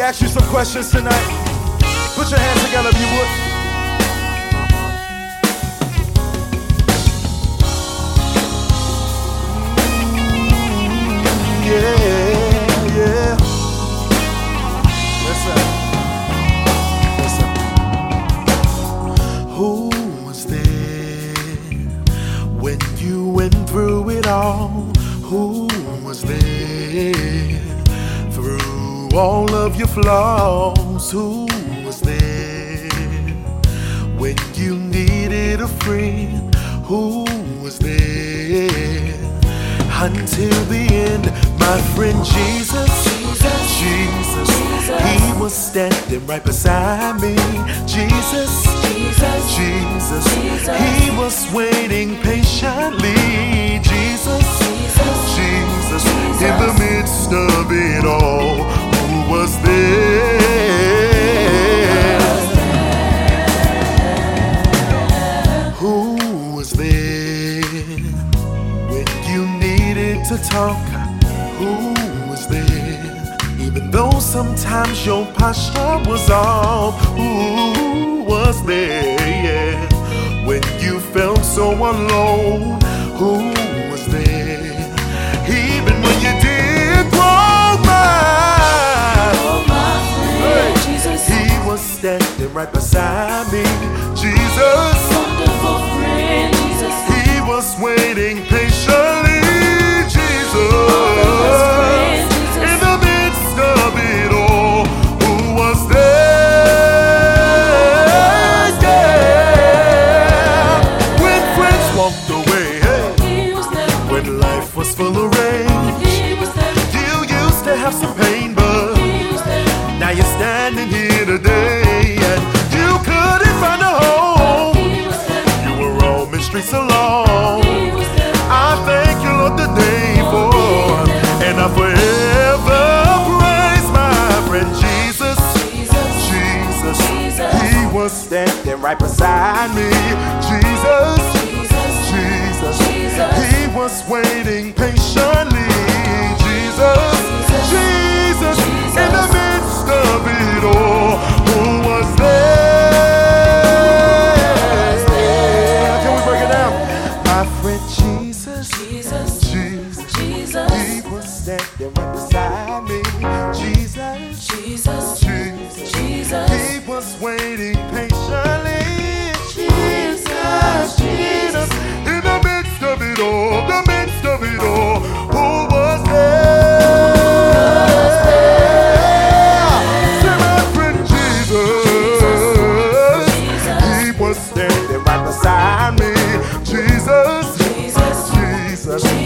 ask you some questions tonight. Put your hands together if you would. Yeah, yeah. Listen, listen. Who was there when you went through it all? Who was there through all of your flaws? Who was there when you needed a friend? Who was there until the end? My friend Jesus, Jesus, Jesus, He was standing right beside me. Jesus, Jesus, Jesus, He was waiting patiently. Jesus, Jesus, in the midst of it all, who was there? Who was there when you needed to talk? Who was there? Even though sometimes your posture was off, who was there? Yeah. When you felt so alone, who was there? Even when you did grow by, he was standing right beside me, Jesus. He was waiting patiently, Jesus. In the midst of it all, who was there? Yeah. When friends walked away, hey. when life was full of rain, you used to have some pain, but now you're standing here today, and you couldn't find a home. You were roaming streets alone. I thank you, Lord, today for, and I forever praise my friend Jesus. Jesus, He was standing right beside me. Jesus, Jesus, He was waiting patiently. Jesus, Jesus, in the midst of it all, who was there? Can we break it down? My friend Jesus, Jesus. He was standing right beside me. Jesus, Jesus. He was waiting patiently. Jesus, Jesus. In the midst of it all, the midst of it all, who was there? Say, my friend Jesus. He was standing right beside me. Jesus. Jesus. He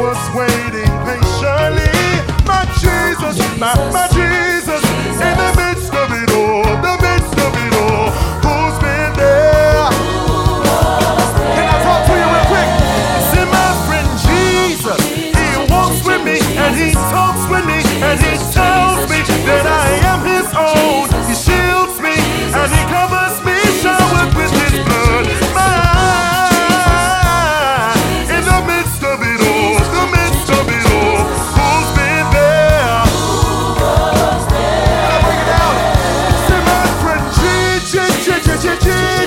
was waiting patiently. My Jesus, my, my Jesus, in the midst of it all, the midst of it all. Who's been there? Can I talk to you real quick? See, my friend Jesus, he walks with me and he talks with me and he tells me that I am his own. He shields me and he covers me, showered with his blood. My in the midst of it all, the midst of it all, who's been there? Now break it down. Say, my friend, Jesus, Jesus, Jesus,